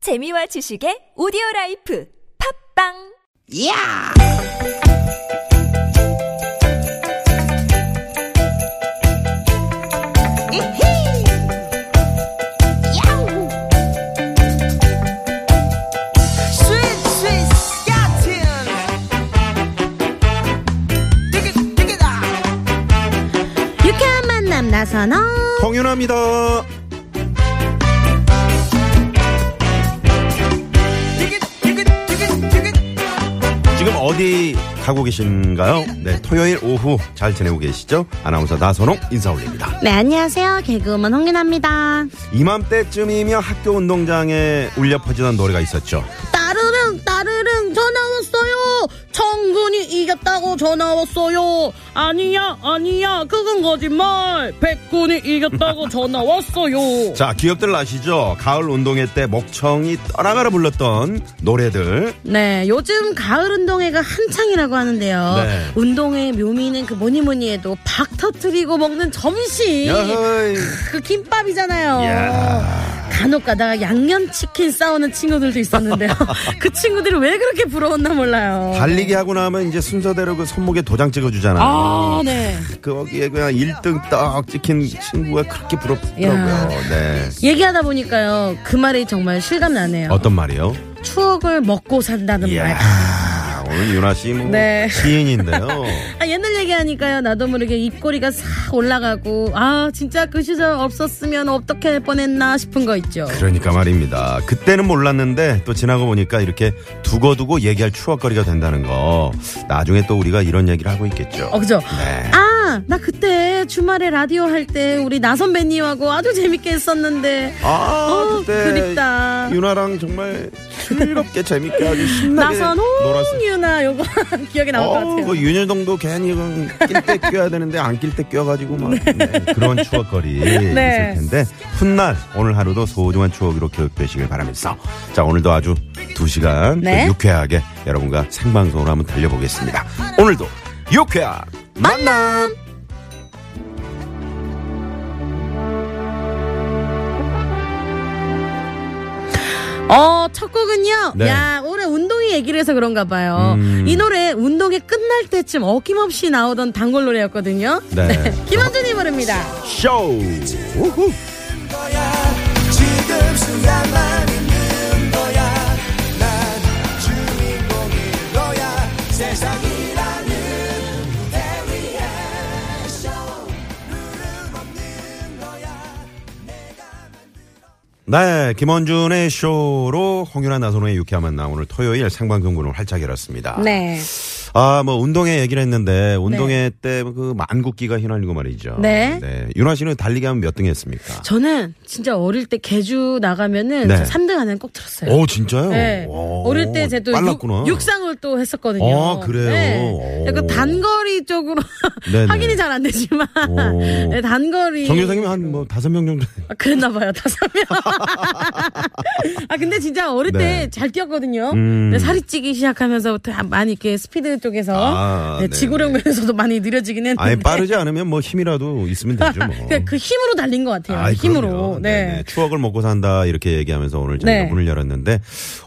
재미와 지식의 오디오 라이프 팝빵! 야! 이히! 야우! 스윗 스윗 야틴! 디귿 디귿아! 유쾌한 만남 나선홍 홍윤아입니다. 디귿 디귿 디귿 디귿 지금 어디 가고 계신가요? 네, 토요일 오후 잘 지내고 계시죠? 아나운서 나선홍 인사 올립니다. 네 안녕하세요 개그우먼 홍윤아입니다 이맘때쯤이면 학교 운동장에 울려 퍼지던 노래가 있었죠. 따르릉 따르릉 전화 왔어요 청군이 이겼다고 전화 왔어요 아니야 아니야 그건 거짓말 백군이 이겼다고 전화 왔어요 자, 기억들 아시죠? 가을 운동회 때 목청이 떠나가라 불렀던 노래들. 네, 요즘 가을 운동회가 한창이라고 하는데요. 네. 운동회 묘미는 그 뭐니 뭐니 해도 박 터트리고 먹는 점심. 야이. 그 김밥이잖아요. 이야. 간혹 가다가 양념치킨 싸우는 친구들도 있었는데요. 그 친구들이 왜 그렇게 부러웠나 몰라요. 달리기 하고 나면 이제 순서대로 그 손목에 도장 찍어주잖아요. 아, 네. 거기에 그냥 1등 떡 찍힌 친구가 그렇게 부럽더라고요. 네. 얘기하다 보니까요. 그 말이 정말 실감 나네요. 어떤 말이요? 추억을 먹고 산다는 말. 이야, 오늘 윤아 씨 뭐, 네. 시인인데요. 아, 옛날 얘기하니까요. 나도 모르게 입꼬리가 싹 올라가고, 아, 진짜 그 시절 없었으면 어떻게 할 뻔했나 싶은 거 있죠. 그러니까 말입니다. 그때는 몰랐는데 또 지나고 보니까 이렇게 두고두고 얘기할 추억거리가 된다는 거. 나중에 또 우리가 이런 얘기를 하고 있겠죠. 어, 그죠? 네. 아, 나 그때 주말에 라디오 할 때 우리 나선배님하고 아주 재밌게 했었는데. 아, 어, 그때 그립다. 윤아랑 정말 즐겁게 재밌게 아주 신나게 나선홍 놀았어요. 유나 요거 기억에 나올 것 어, 같아요. 그 윤여동도 괜히 낄때 껴야 되는데 안 낄 때 껴가지고 막 네, 그런 추억거리 네. 있을 텐데 훗날 오늘 하루도 소중한 추억으로 기억되시길 바라면서 자 오늘도 아주 두 시간 또 네. 유쾌하게 여러분과 생방송으로 한번 달려보겠습니다. 오늘도 유쾌한 만남. 어, 첫 곡은요. 네. 야, 올해 운동이 얘기를 해서 그런가 봐요. 음. 이 노래 운동이 끝날 때쯤 어김없이 나오던 단골 노래였거든요. 네. 김원준이 부릅니다. 쇼. 우후. 지금 순간만 있는 거야 난 주인공인 거야 세상이라는 대위에 네, 김원준의 쇼로 홍윤아 나선호의 유쾌한 만남 오늘 토요일 생방송 문을 활짝 열었습니다. 네. 아, 뭐 운동회 얘기를 했는데 운동회 때 그 만국기가 휘날리고 말이죠. 네. 윤아 씨는 달리기 하면 몇 등 했습니까? 저는 진짜 어릴 때 개주 나가면은 네. 저 3등 안에는 꼭 들었어요. 오, 진짜요? 네. 오, 어릴 때 제도 빨랐구나. 육상을 또 했었거든요. 아, 그래요? 네. 약간 오. 단거리 쪽으로 네네. 확인이 잘 안 되지만 오. 네, 단거리. 정유상님 한뭐 다섯 명 정도. 아, 그랬나 봐요 다섯 명. 아 근데 진짜 어릴 네. 때 잘 뛰었거든요. 음. 근데 살이 찌기 시작하면서부터 많이 이렇게 스피드 쪽에서 아, 네, 네네. 지구력 면에서도 많이 느려지긴 했는데. 아니 빠르지 않으면 뭐 힘이라도 있으면 되죠 뭐. 그냥 그 힘으로 달린 것 같아요. 아이, 힘으로. 그럼요. 네. 네네. 추억을 먹고 산다 이렇게 얘기하면서 오늘 저희가 네. 문을 열었는데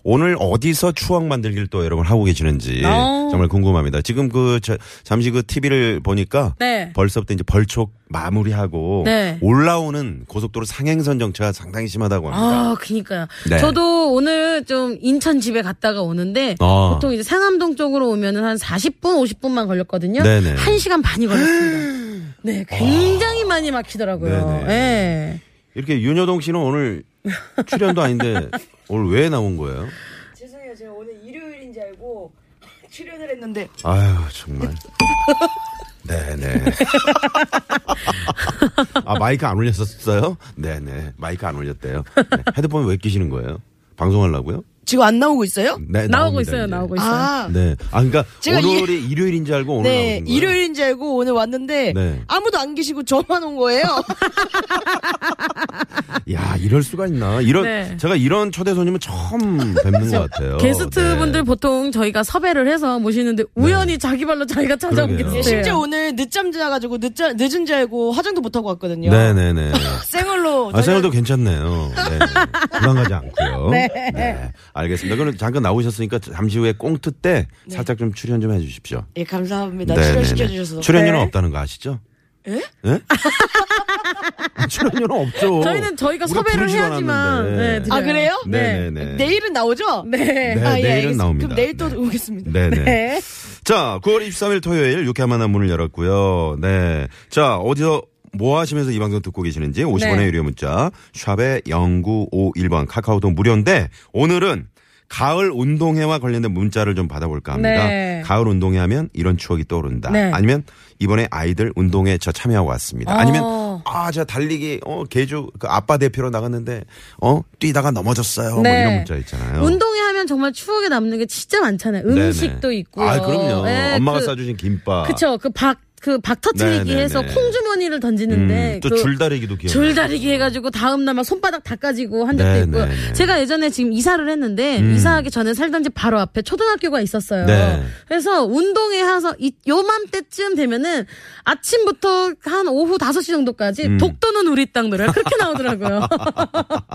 오늘 어디서 추억 만들기를 또 여러분 하고 계시는지 어. 정말 궁금합니다. 지금 그 저- 잠시 그 TV를 보니까 네. 벌써부터 이제 벌초 마무리하고 네. 올라오는 고속도로 상행선 정체가 상당히 심하다고 합니다. 아, 그니까요. 네. 저도 오늘 좀 인천 집에 갔다가 오는데 아. 보통 이제 상암동 쪽으로 오면은 한 40분, 50분만 걸렸거든요. 네네. 한시간 반이 걸렸습니다. 네, 굉장히 많이 막히더라고요. 네네. 예. 이렇게 윤여동 씨는 오늘 출연도 아닌데 오늘 왜 나온 거예요? 죄송해요. 제가 오늘 일요일인 줄 알고 출연을 했는데 아유 정말. 네네. 아 마이크 안 올렸었어요? 네네. 마이크 안 올렸대요. 네. 헤드폰 왜 끼시는 거예요? 방송하려고요? 지금 안 나오고 있어요? 네 나오고 나옵니다, 있어요, 이제. 나오고 있어요. 아, 네. 아 그러니까 제가 이- 오늘이 일요일인 줄 알고 오늘 네. 나오신 거예요? 일요일인 줄 알고 오늘 왔는데 네. 아무도 안 계시고 저만 온 거예요. 야, 이럴 수가 있나. 이런, 네. 제가 이런 초대 손님은 처음 뵙는 것 같아요. 게스트분들 네. 보통 저희가 섭외를 해서 모시는데 우연히 자기 발로 자기가 찾아온 그러게요. 게스트예요. 심지어 오늘 늦잠 자가지고 늦자, 늦은 줄 알고 화장도 못하고 왔거든요. 네네네. 생얼로. 아, 생활도 괜찮네요. 네. 도망가지 않고요. 네. 알겠습니다. 그럼 잠깐 나오셨으니까 잠시 후에 꽁트 때 살짝 좀 출연 좀 해주십시오. 예, 감사합니다. 네네네. 네. 출연시켜주셔서. 네. 출연료는 없다는 거 아시죠? 예? 출연료는 없죠. 저희는 저희가 우리가 섭외를 부르지도 해야지만 않았는데. 네, 아, 그래요? 네. 네네네. 내일은 나오죠? 네. 네, 아, 예, 내일은 알겠습니다. 나옵니다. 그럼 내일 또 네. 오겠습니다. 네네. 자, 9월 23일 토요일 유쾌한 만남 문을 열었고요. 네. 자, 어디서 뭐 하시면서 이 방송 듣고 계시는지 50원의 네. 유료 문자 샵에 0951번 카카오톡 무료인데 오늘은 가을 운동회와 관련된 문자를 좀 받아볼까 합니다. 네. 가을 운동회 하면 이런 추억이 떠오른다. 네. 아니면 이번에 아이들 운동회 저 참여하고 왔습니다. 아니면 어. 아, 저 달리기 어 개주 그 아빠 대표로 나갔는데 어 뛰다가 넘어졌어요. 뭐 네. 이런 문자 있잖아요. 운동회 하면 정말 추억에 남는 게 진짜 많잖아요. 네네. 음식도 있고요. 아, 그럼요. 예, 엄마가 그- 싸주신 김밥. 그쵸. 그 박, 그 박터트리기 네네네. 해서 콩주머니를 던지는데. 음, 또 그 줄다리기도 기억나요. 줄다리기 해가지고 다음날 막 손바닥 다 까지고 한 적도 네네네. 음. 있고요. 제가 예전에 지금 이사를 했는데 이사하기 전에 살던 집 바로 앞에 초등학교가 있었어요. 네. 그래서 운동회 해서 이, 요맘때쯤 되면은 아침부터 한 오후 5시 정도까지 음. 독도는 우리 땅 노래가 그렇게 나오더라고요. 그렇죠.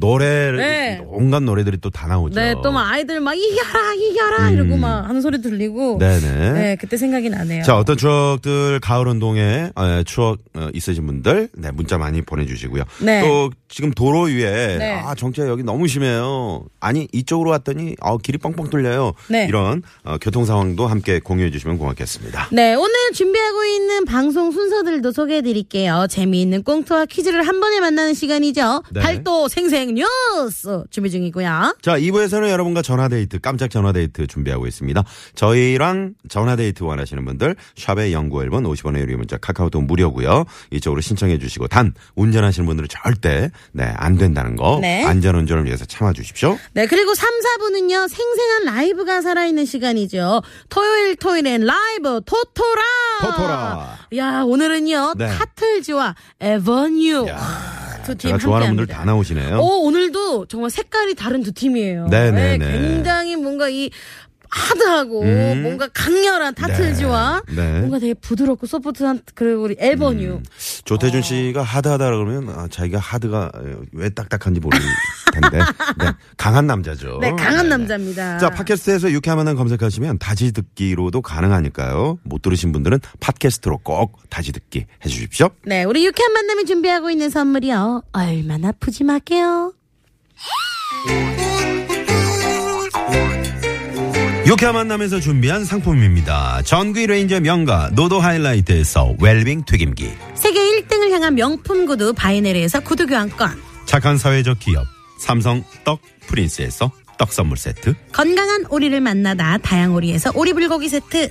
노래를 네. 온갖 노래들이 또 다 나오죠. 네, 또 막 아이들 막 이겨라, 이겨라 이러고 막 하는 소리 들리고. 음. 네네. 네, 그때 생각이 나네요. 자, 어떤 추억들 가을 운동에 아, 추억 어, 있으신 분들 네, 문자 많이 보내 주시고요. 네. 또 지금 도로 위에 네. 아, 정체가 여기 너무 심해요. 아니, 이쪽으로 왔더니 아, 길이 뻥뻥 뚫려요. 네. 이런 어, 교통 상황도 함께 공유해 주시면 고맙겠습니다. 네, 오늘 준비하고 있는 방송 순서들도 소개해 드릴게요. 재미있는 꽁트와 퀴즈를 한 번에 만나는 시간이죠. 네. 발도 생생 뉴스 준비 중이고요. 자, 2부에서는 여러분과 전화데이트, 깜짝 전화데이트 준비하고 있습니다. 저희랑 전화데이트 원하시는 분들, 샵의 연구 1번 50원의 유료 문자, 카카오톡 무료고요 이쪽으로 신청해 주시고, 단, 운전하시는 분들은 절대, 네, 안 된다는 거. 네. 안전 운전을 위해서 참아 주십시오. 네, 그리고 3, 4부는요, 생생한 라이브가 살아있는 시간이죠. 토요일, 토요일엔 라이브, 토토라! 토토라. 야, 오늘은요, 네. 타틀즈와 에버뉴. 야, 두팀 제가 좋아하는 분들 다 나오시네요. 어, 오, 오늘도 정말 색깔이 다른 두 팀이에요. 어? 네, 네, 네. 굉장히 뭔가 이 하드하고 뭔가 강렬한 타틀즈와 네, 음. 네. 뭔가 되게 부드럽고 소프트한 그리고 우리 에버뉴. 조태준 씨가 하드하다 그러면 아, 자기가 하드가 왜 딱딱한지 모를 텐데 네, 강한 남자죠. 네, 강한 어, 네네. 남자입니다. 자 팟캐스트에서 유쾌한만한 검색하시면 다시 듣기로도 가능하니까요. 못 들으신 분들은 팟캐스트로 꼭 다시 듣기 해주십시오. 네, 우리 유쾌한 만남이 준비하고 있는 선물이요. 얼마나 푸짐할게요. 유쾌한 만남에서 준비한 상품입니다. 전기 레인저 명가 노도 하이라이트에서 웰빙 튀김기 세계 1등을 향한 명품 구두 바이네르에서 구두 교환권. 착한 사회적 기업 삼성 떡 프린스에서 떡 선물 세트 건강한 오리를 만나다 다양오리에서 오리불고기 세트.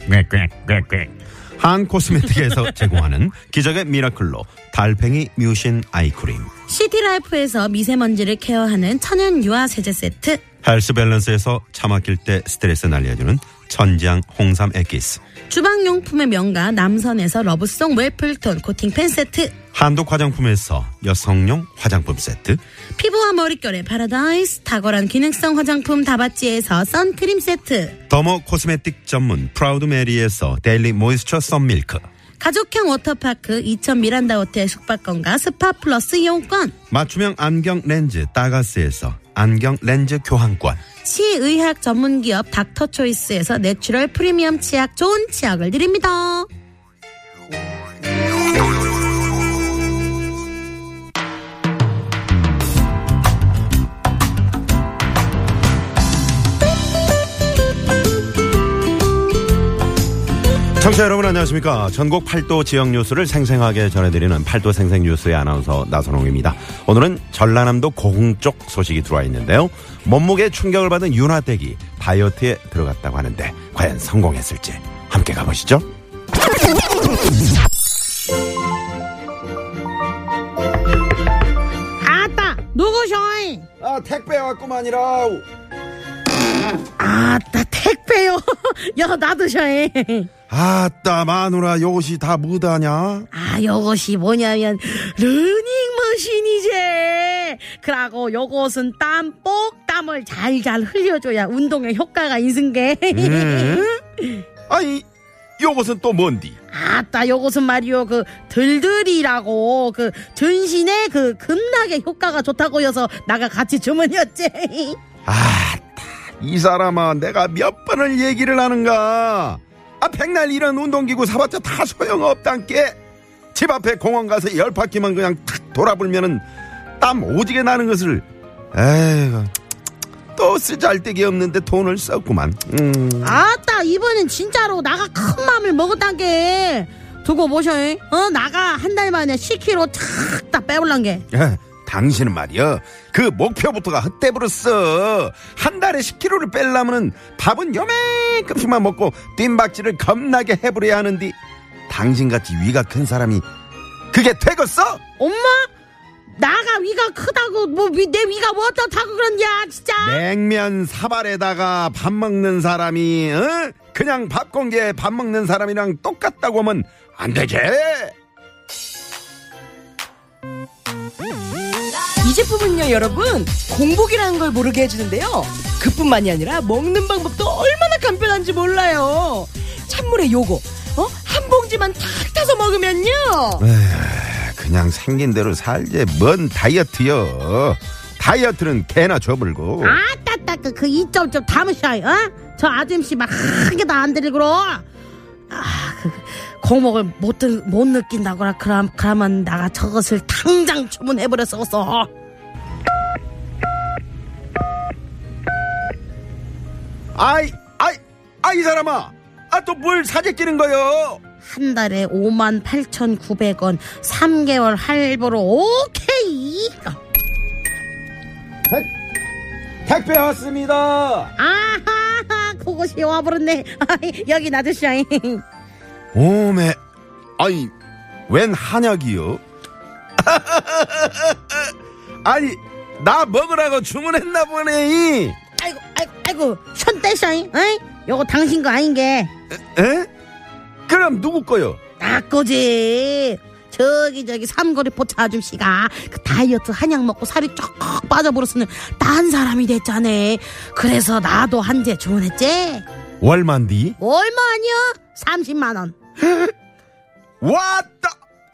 한 코스메틱에서 제공하는 기적의 미라클로 달팽이 뮤신 아이크림 시티라이프에서 미세먼지를 케어하는 천연 유화 세제 세트. 헬스 밸런스에서 차 막힐 때 스트레스 날려주는 천장 홍삼 액기스 주방용품의 명가 남선에서 러브송 웰플톤 코팅팬 세트 한독 화장품에서 여성용 화장품 세트 피부와 머릿결의 파라다이스 탁월한 기능성 화장품 다바찌에서 선크림 세트 더모 코스메틱 전문 프라우드 메리에서 데일리 모이스처 썬밀크 가족형 워터파크 이천 미란다 호텔 숙박권과 스파 플러스 이용권 맞춤형 안경 렌즈 따가스에서 안경 렌즈 교환권 시의학 전문기업 닥터초이스에서 내추럴 프리미엄 치약 좋은 치약을 드립니다 청취자 여러분 안녕하십니까. 전국 팔도 지역 뉴스를 생생하게 전해드리는 팔도 생생 뉴스의 아나운서 나선홍입니다. 오늘은 전라남도 고흥 쪽 소식이 들어와 있는데요. 몸무게 충격을 받은 윤화댁이 다이어트에 들어갔다고 하는데 과연 성공했을지 함께 가보시죠. 아따 누구셔잉 아 택배 왔구만이라 아따 택배요 야 나도셔잉 아따 마누라 요것이 다 무다냐? 아, 요것이 뭐냐면, 러닝머신이제. 그러고 요것은 땀 꼭 땀을 잘잘 흘려줘야 운동에 효과가 있은게 음. 아이 요것은 또 뭔디? 아따 요것은 말이요 그 들들이라고 그 전신에 그 급락에 효과가 좋다고 해서 나가 같이 주문이었지 아따 이 사람아 내가 몇 번을 얘기를 하는가 아 백날 이런 운동기구 사봤자 다 소용없단께 집 앞에 공원 가서 열 바퀴만 그냥 탁 돌아불면은 땀 오지게 나는 것을 에이구 또 쓰잘데기 없는데 돈을 썼구만 음. 아따 이번엔 진짜로 나가 큰 마음을 먹었단 게 두고 보셔 어 나가 한 달 만에 10kg 탁다 빼올란 게 야, 예, 당신은 말이야 그 목표부터가 헛되버렸어 한 달에 10kg를 빼려면은 밥은 요만큼씩만 먹고 뜀박질을 겁나게 해버려야 하는데 당신같이 위가 큰 사람이 그게 되겠어? 엄마 나가 위가 크다고 뭐 내 위가 뭐 어떻다고 그런냐 진짜 네. 냉면 사발에다가 밥 먹는 사람이 어? 그냥 밥 공기에 밥 먹는 사람이랑 똑같다고 하면 안 되지 이 제품은요 여러분 공복이라는 걸 모르게 해주는데요 그뿐만이 아니라 먹는 방법도 얼마나 간편한지 몰라요 찬물에 요거 어? 한 봉지만 탁 타서 먹으면요 그냥 생긴 대로 살지 뭔 다이어트여 다이어트는 개나 줘불고 아따따 그, 그 이점 좀 담으셔 어? 저 아줌씨 막 한 개도 안 들리고 아, 그, 공목을 못, 들- 못 느낀다고라 그럼, 그러면 나가 저것을 당장 주문해버렸어 아이, 아이, 아이 사람아, 아 또 뭘 사재 끼는 거요? 한 달에 5만 8,900원 3개월 할부로 오케이 택배 왔습니다. 아하 그것이 와버렸네 아이, 여기 놔주셔 오메, 아이, 웬 한약이요? 아니, 나 먹으라고 주문했나 보네. 아이고 아이고 아이고 손 떼셔 어이? 요거 당신 거 아닌게 에? 그럼 누구 거요? 아꼬지 저기 저기 삼거리 포차 아줌씨가 그 다이어트 한약 먹고 살이 쫙 빠져버렸으니 딴 사람이 됐잖아 그래서 나도 한제 주문했지 월만디? 얼마 아니야 30만원 왔다!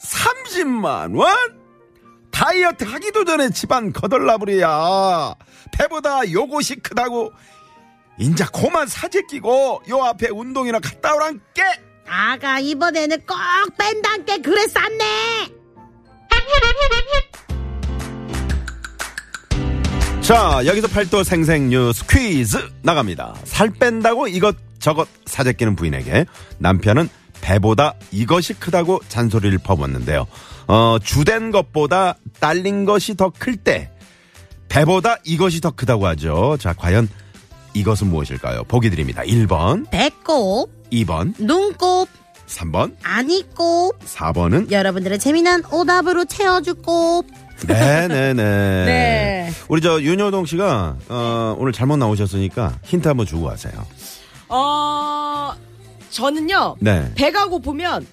30만 원? 다이어트 하기도 전에 집안 거덜나부리야. 배보다 요것이 크다고. 인자 고만 사재 끼고 요 앞에 운동이나 갔다 오란께. 아가 이번에는 꼭 뺀단께 그랬었네 자, 여기서 팔도 생생 뉴스 퀴즈 나갑니다. 살 뺀다고 이것저것 사재 끼는 부인에게 남편은 배보다 이것이 크다고 잔소리를 퍼붓는데요. 어, 주된 것보다 딸린 것이 더 클 때, 배보다 이것이 더 크다고 하죠. 자, 과연 이것은 무엇일까요? 보기 드립니다. 1번, 배꼽 2번, 눈꼽 3번, 아니꼽 4번은 여러분들의 재미난 오답으로 채워주꼽 네네네. 네. 우리 저 윤여동 씨가 어, 오늘 잘못 나오셨으니까 힌트 한번 주고 가세요. 어 저는요 네. 배가 고프면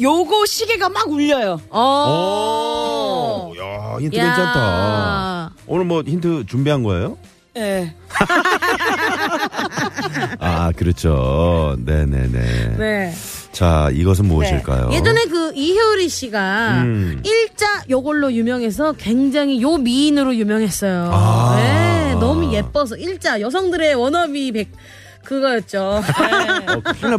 요거 시계가 막 울려요 어 오, 야, 힌트 어. 야. 괜찮다. 오늘 뭐 힌트 준비한 거예요? 예. 아, 그렇죠. 네네네. 네 자, 이것은 무엇일까요? 예전에 그 이효리 씨가 음. 일자 요걸로 유명해서 굉장히 요 미인으로 유명했어요. 아. 네, 너무 예뻐서 일자 여성들의 워너비 백 그거였죠. 어, 큰일 날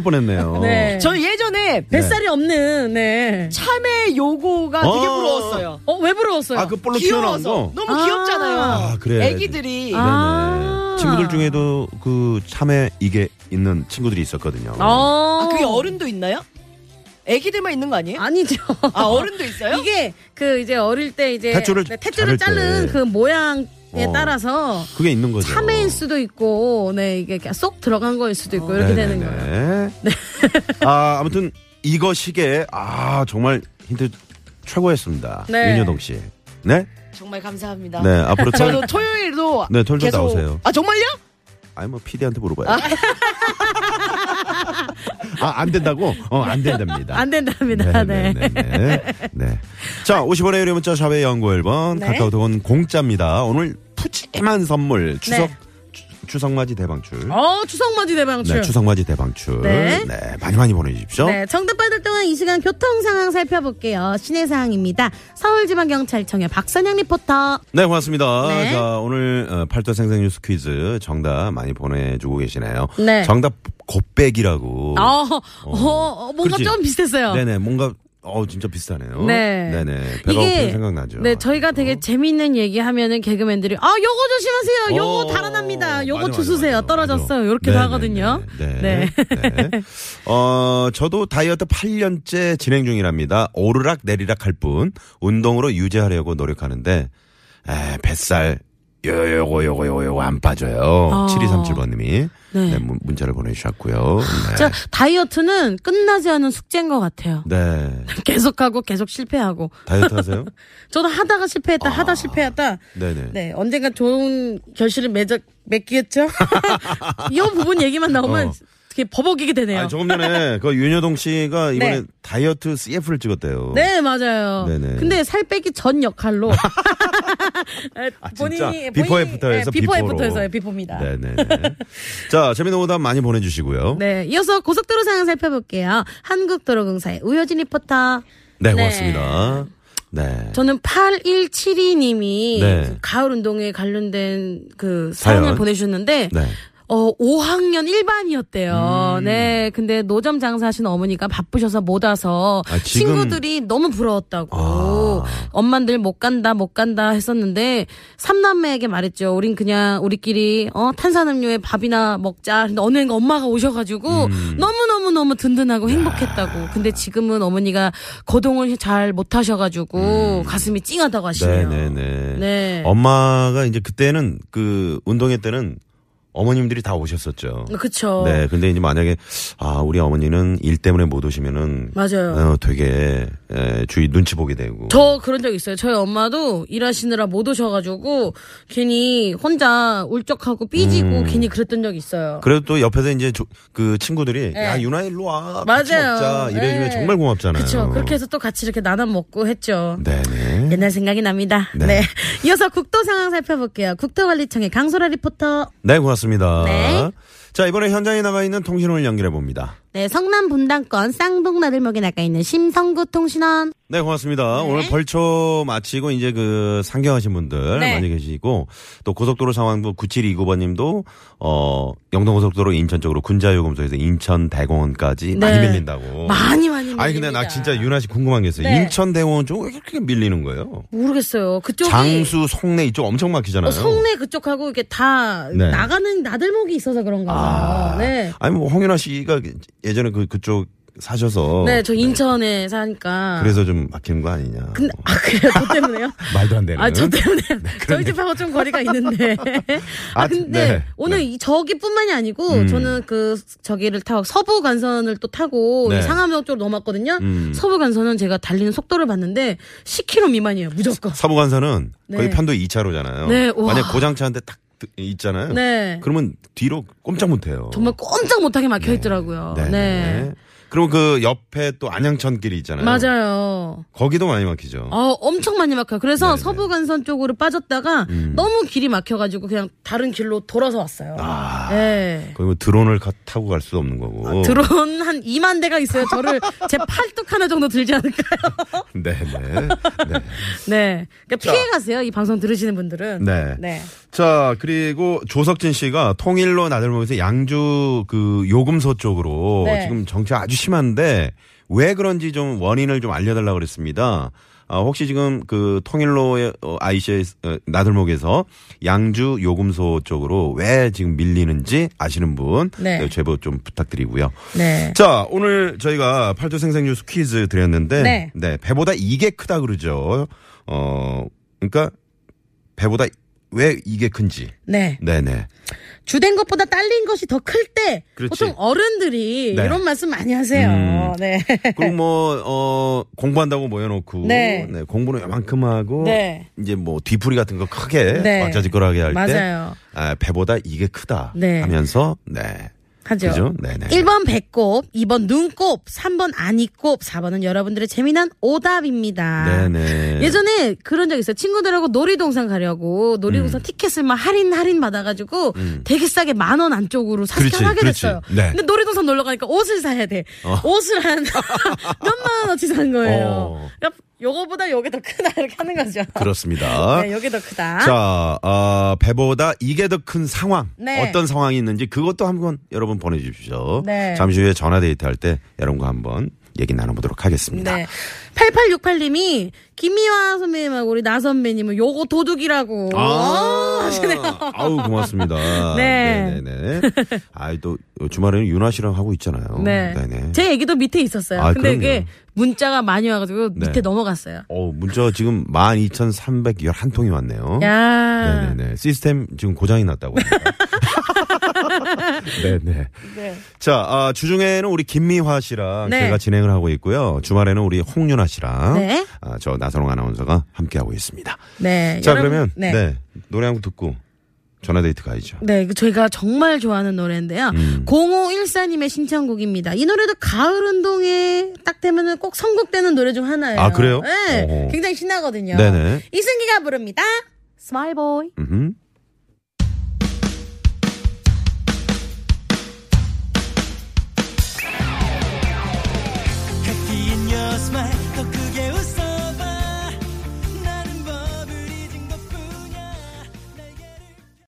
뻔했네요. 네. 저 예전에 뱃살이 없는 네. 참외 요거가 되게 어. 부러웠어요 어 왜 부러웠어요? 아, 그 볼로 튀어나온 거? 귀여워서 너무 아. 귀엽잖아요 아, 그래요. 애기들이 네네. 아. 친구들 중에도 그 참에 이게 있는 친구들이 있었거든요. 어. 아, 그게 어른도 있나요? 애기들만 있는 거 아니에요? 아니죠. 아, 어른도 있어요? 이게 그 이제 어릴 때 이제 탯줄을 네, 탯줄을 자를 자른 때. 그 모양에 어. 따라서 그게 있는 거죠. 참외일 수도 있고 네 이게 그냥 쏙 들어간 거일 수도 있고 네, 이렇게 되는 거예요. 네. 거예요. 아, 아무튼 이거 시계 아, 정말 힌트 최고였습니다. 네. 윤여동 씨. 네? 정말 감사합니다. 네, 앞으로 참- 저도 토요일도 네, 털도 계속 나오세요. 아 정말요? 아니 뭐 PD한테 물어봐요. 아, 안 된다고? 어, 안 된답니다. 안 된답니다. 네, 네. 네, 네, 네. 자, 50원의 유료 문자 샵의 연구 1번 네. 카카오톡은 공짜입니다. 오늘 푸짐한 선물 추석 네. 추- 추석맞이 대방출. 어, 추석맞이 대방출. 네, 추석맞이 대방출. 네. 네, 많이 많이 보내주십시오. 네, 정답 받을 동안 이 시간 교통 상황 살펴볼게요. 시내 상황입니다. 서울지방경찰청의 박선영 리포터. 네, 고맙습니다. 네. 자, 오늘 어, 팔도 생생 뉴스 퀴즈 정답 많이 보내주고 계시네요. 네. 정답 곱빼기라고. 어, 어, 어, 뭔가 그렇지. 좀 비슷했어요. 네네, 뭔가 어 진짜 비슷하네요. 네. 네네. 배가 고픈 생각나죠. 네, 저희가 되게 재미있는 얘기 하면은 개그맨들이 아, 요거 조심하세요. 어, 요거 달아납니다. 요거 맞아, 맞아, 주수세요. 맞아, 떨어졌어요. 맞아. 이렇게도 네네네, 하거든요. 네. 네. 네. 어, 저도 다이어트 8년째 진행 중이랍니다. 오르락 내리락 할 뿐, 운동으로 유지하려고 노력하는데, 에, 뱃살, 요, 요거, 요거, 요거, 요거 안 빠져요. 7237번님이 아. 네. 아, 문자를 보내주셨고요. 네. 자, 다이어트는 끝나지 않은 숙제인 것 같아요. 네. 계속하고 계속 실패하고. 다이어트 하세요? 저도 하다가 실패했다, 아, 하다 실패했다. 네네. 네, 언젠가 좋은 결실을 맺어, 맺겠죠? 이 부분 얘기만 나오면 어. 되게 버벅이게 되네요. 아, 조금 전에 그 윤여동 씨가 이번에 네. 다이어트 CF를 찍었대요. 네, 맞아요. 네네. 근데 살 빼기 전 역할로. 아, 진짜? 비포 애프터 해서 예, 네, 비포 비포로. 애프터 해서요, 비포입니다. 네. 네네네. 자, 재미있는 오답 많이 보내주시고요. 네, 이어서 고속도로 상황 살펴볼게요. 한국도로공사의 우효진 리포터. 네, 네. 고맙습니다. 네. 저는 8172님이 네. 가을 운동에 관련된 그 사연. 사연을 보내주셨는데, 네. 음. 어, 5학년 1반이었대요. 네. 근데 노점 장사하시는 어머니가 바쁘셔서 못 와서 아, 지금- 친구들이 너무 부러웠다고. 아. 엄만들 못 간다, 못 간다 했었는데 삼남매에게 말했죠. 우린 그냥 우리끼리 어, 탄산음료에 밥이나 먹자. 근데 어느 날 엄마가 오셔가지고 너무너무너무 든든하고 행복했다고. 근데 지금은 어머니가 거동을 잘 못 하셔가지고 가슴이 찡하다고 하시네요. 네네네. 네. 엄마가 이제 그때는 그 운동회 때는 어머님들이 다 오셨었죠. 음, 그쵸. 어. 네. 근데 이제 만약에 아, 우리 어머니는 일 때문에 못 오시면은 맞아요. 어, 되게 에, 주위 눈치 보게 되고. 저 그런 적 있어요. 저희 엄마도 일하시느라 못 오셔가지고 괜히 혼자 울적하고 삐지고 괜히 그랬던 적 있어요. 그래도 또 옆에서 이제 조- 그 친구들이 네. 야 유나 일로 와 같이 맞아요. 먹자 이래주면 네. 정말 고맙잖아요. 그렇죠. 그렇게 해서 또 같이 이렇게 나눠 먹고 했죠. 네네. 옛날 생각이 납니다. 네. 네. 이어서 국도 상황 살펴볼게요. 국토관리청의 강소라 리포터. 네 고맙습니다. 네. 자 이번에 현장에 나가 있는 통신원을 연결해 봅니다. 네, 성남 분당권 쌍둥 나들목에 나가 있는 심성구 통신원. 네, 고맙습니다. 오늘 벌초 마치고 이제 그 상경하신 분들 네. 많이 계시고 또 고속도로 상황도 9729번 님도 어 영동 고속도로 인천 쪽으로 군자 요금소에서 인천 대공원까지 많이 네. 밀린다고. 많이 많이. 어. 아니 근데 나 밀립니다. 진짜 유나 씨 궁금한 게 있어요. 네. 인천 대공원 쪽 왜 이렇게 밀리는 거예요? 모르겠어요. 그쪽이 장수 송내 이쪽 엄청 막히잖아요. 어, 성내 그쪽하고 이렇게 다 네. 나가는 나들목이 있어서 그런가 봐요. 아. 네. 아니 뭐 홍윤아 씨가 예전에 그 그쪽 사셔서 네, 저 인천에 사니까. 어, 그래서 좀 막히는 거 아니냐. 근데 아 그래요? 저 때문에요? 말도 안 되는. 네, 아, 저 때문에 저희 집하고 좀 거리가 있는데. 아, 아, 근데 네. 음. 오늘 이 저기뿐만이 아니고 저는 그 저기를 타고 서부 간선을 또 타고 네. 음. 이 상암역 쪽으로 넘었거든요. 서부 간선은 제가 달리는 속도를 봤는데 10km 미만이에요, 무조건. 사부간선은 네. 거의 편도 2차로잖아요. 네, 와. 만약 고장차한테 딱 드- 있잖아요. 네. 음. 그러면 뒤로 꼼짝 못해요. 정말 꼼짝 못하게 막혀 있더라고요. 네. 그리고 그 옆에 또 안양천길이 있잖아요. 맞아요. 거기도 많이 막히죠. 어, 엄청 많이 막혀요. 그래서 네네. 음. 서부 간선 쪽으로 빠졌다가 너무 길이 막혀가지고 그냥 다른 길로 돌아서 왔어요. 아. 네. 거기 뭐 드론을 가- 타고 갈 수도 없는 거고. 아, 드론 한 2만 대가 있어요. 저를 제 팔뚝 하나 정도 들지 않을까요? 네, 네. 네. 네. 그러니까 피해 가세요. 이 방송 들으시는 분들은. 네. 자, 그리고 조석진 씨가 통일로 나들목에서 양주 그 요금소 쪽으로 네. 지금 정체 아주 심한데 왜 그런지 좀 원인을 좀 알려달라고 그랬습니다. 아, 혹시 지금 그 통일로의 아이씨 나들목에서 양주 요금소 쪽으로 왜 지금 밀리는지 아시는 분 네. 네, 제보 좀 부탁드리고요. 네. 자, 오늘 저희가 팔도 생생 뉴스 퀴즈 드렸는데, 네. 네. 배보다 이게 크다 그러죠. 어, 그러니까 배보다 왜 이게 큰지. 네. 네네. 주된 것보다 딸린 것이 더 클 때 그렇지. 보통 어른들이 네. 이런 말씀 많이 하세요. 음. 네. 그리고 뭐, 어, 공부한다고 모여놓고, 네. 네. 공부는 요만큼 하고, 네. 이제 뭐 뒤풀이 같은 거 크게 네. 막자지껄하게 할 때, 맞아요. 아, 배보다 이게 크다 네. 하면서, 네. 하죠. 그죠? 네네. 1번 배꼽, 2번 눈꼽, 3번 아니꼽, 4번은 여러분들의 재미난 오답입니다. 네네. 아. 예전에 그런 적 있어요. 친구들하고 놀이동산 가려고 음. 놀이동산 티켓을 막 할인 할인 받아가지고 되게 싸게 만 원 안쪽으로 사서 그렇지, 하게 그렇지. 됐어요. 네. 근데 놀이동산 놀러 가니까 옷을 사야 돼. 옷을 한 몇만 원어치 산 거예요. 어. 그러니까 요거보다 요게 더 크다 이렇게 하는 거죠. 그렇습니다. 네, 요게 더 크다. 자, 어, 배보다 이게 더 큰 상황. 네. 어떤 상황이 있는지 그것도 한번 여러분 보내주십시오. 네. 잠시 후에 전화 데이트할 때 여러분과 한번 얘기 나눠보도록 하겠습니다. 네. 8868님이 김희화 선배님하고 우리 나 선배님은 요거 도둑이라고. 어, 하시네요. 아, 아우 고맙습니다. 네. 네네네. 아또 주말에는 윤아 씨랑 하고 있잖아요. 네. 네네. 제 얘기도 밑에 있었어요. 아, 근데 그럼요. 이게 문자가 많이 와가지고 네. 밑에 넘어갔어요. 어 문자 지금 12,311통이 왔네요. 야. 네네네. 시스템 지금 고장이 났다고. 합니다. 네네. 자, 아, 주중에는 우리 김미화 씨랑 네. 제가 진행을 하고 있고요. 주말에는 우리 홍윤아 씨랑 네. 아, 저 나선홍 아나운서가 함께하고 있습니다. 네. 자, 여러분, 그러면 네. 네. 노래 한 곡 듣고 전화 데이트 가야죠. 네, 그 저희가 정말 좋아하는 노래인데요. 음. 0514님의 신청곡입니다. 이 노래도 가을 운동에 딱 되면은 꼭 선곡되는 노래 중 하나예요. 아, 그래요? 네. 어허. 굉장히 신나거든요. 네네. 이승기가 부릅니다. 스마일 보이. 음흠.